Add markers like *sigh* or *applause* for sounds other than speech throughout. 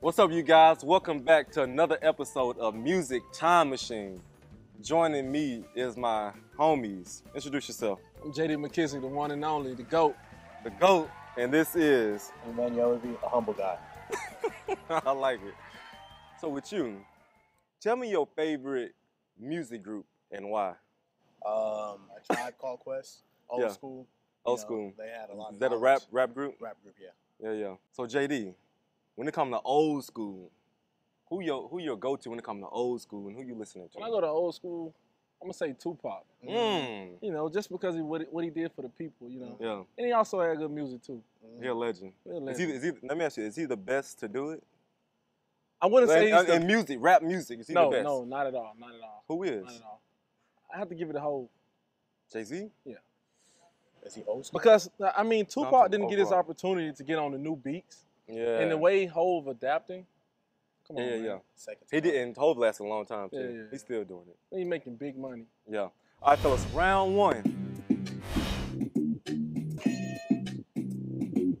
What's up, you guys? Welcome back to another episode of Music Time Machine. Joining me is my homies. Introduce yourself. I'm JD McKissick, the one and only, the GOAT. The GOAT, and this is, *laughs* Emmanuel would be a humble guy. I like it. So, with you, tell me your favorite music group and why. Um, *laughs* a tribe called Quest, old Yeah. school. you Old know, school. They had a lot. Is of that a rap knowledge. rap group? Rap group, yeah. Yeah, yeah. So JD, when it comes to old school, who your who your go to when it comes to old school and who you listening When I go to? to old school, I'm gonna say Tupac. Mmm. You know, just because of what he- what he did for the people. You know, Yeah, and he also had good music too. Mhm. he a legend. Real Is he, legend. is he, let me ask you, is he the best to do it? I wouldn't say In, he's the, in music, rap music, is he no, the best? no, not at all, not at all, Who not is? at all. I have to give it a whole Jay Z? Is he old school? because I mean Tupac talking didn't get his overall. opportunity to get on the new beats Yeah. and the way Hove adapting. Come on, yeah, yeah, man. yeah. Second. He time. did, and Hov lasted a long time, too. Yeah, yeah, yeah. He's still doing it. He making big money. Yeah. All right, fellas, round one.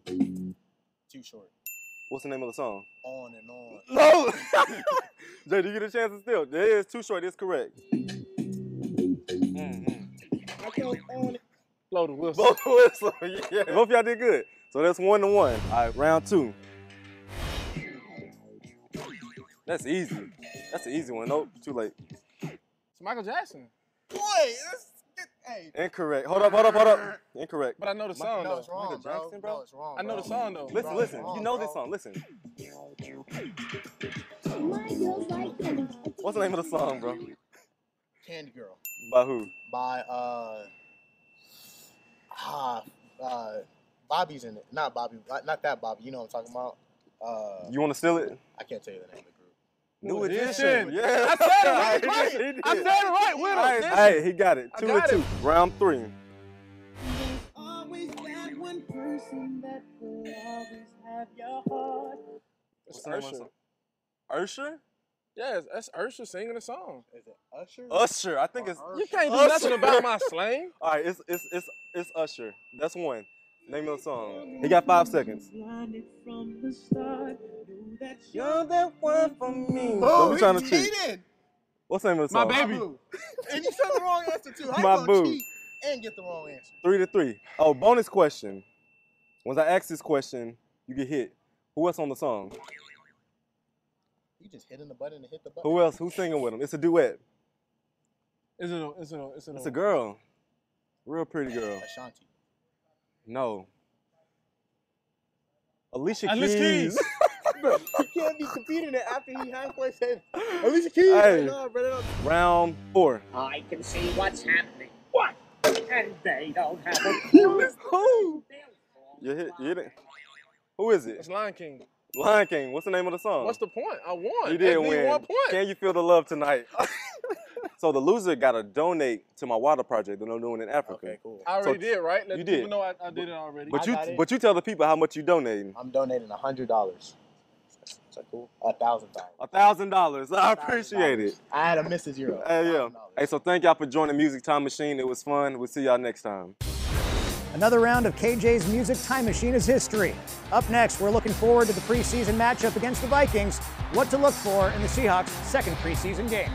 Too short. What's the name of the song? On and on. No! *laughs* Jay, do you get a chance to steal? It is too short, it's correct. Mm-hmm. *laughs* I can't on it. Loaded Wilson. Both whistle, *laughs* yeah. Both y'all did good. So that's one to one. All right, round two. That's easy. That's an easy one. Nope, too late. It's Michael Jackson, Boy, that's, it, hey. Incorrect. Hold up, hold up, hold up. Incorrect. but I know the song no, though. it's wrong, Michael bro. Jackson, bro? No, it's wrong. I know bro. the song though. Listen, Bro, listen. wrong, You know bro. this song. Listen. My girl's like that. What's the name of the song, bro? Candy Girl By who? by uh, ah, uh, Bobby's in it. Not Bobby. Not, not that Bobby. You know what I'm talking about. Uh, You want to steal it? I can't tell you the name of the group. New New Edition. Edition. Yeah. *laughs* I said it He right, did, he did. I said it right All with right, him. Hey, he got it. I Two got to two. Round three. There's always that one person that will always have your heart. It's What's the name of the Usher. song? Ursher? Yes, that's Ursher singing a song. Is it Usher? Usher. I think Or it's. Usher? You can't do Usher. nothing about my slang. All right, it's it's it's it's Usher. That's one. Name of the song. He got five seconds. Blinded from the start, knew that You're the one for me. Oh, Don't be we trying to cheat. cheated. What's the name of the My song? baby. boo. and you said the wrong answer too. How you My gonna boo. cheat and get the wrong answer? Three to three. Oh, bonus question. Once I ask this question, you get hit. Who else on the song? You just hitting the button and hit the button. Who else? Who's singing with him? It's a duet. Is it? A, is it? A, is it? It's a girl. Real pretty girl. Ashanti. No. Alicia Keys. Alicia Keys. you can't be competing it after he halfway said Alicia Keys. Hey. No, bro, no. *laughs* Round four. I can see what's happening. What? And they don't have a clue. *laughs* Who? You hit, you hit it. Who is It's it? Lion King. Lion King. What's the name of the song? What's the point? I won. Oh. You did That's me win. One point. Can you feel the love tonight? *laughs* so the loser got to donate to my water project that I'm doing in Africa. Okay, cool. I already So- did, right? Let you the people did. know I, I did it already. But I you, got it. but you tell the people how much you donating. I'm donating a hundred dollars. Is that cool? A thousand dollars. A thousand dollars. I appreciate it. I had a miss a zero. Hey, yeah. $1,000. Hey, so thank y'all for joining Music Time Machine. It was fun. We'll see y'all next time. Another round of KJ's Music Time Machine is history. Up next, we're looking forward to the preseason matchup against the Vikings, what to look for in the Seahawks' second preseason game.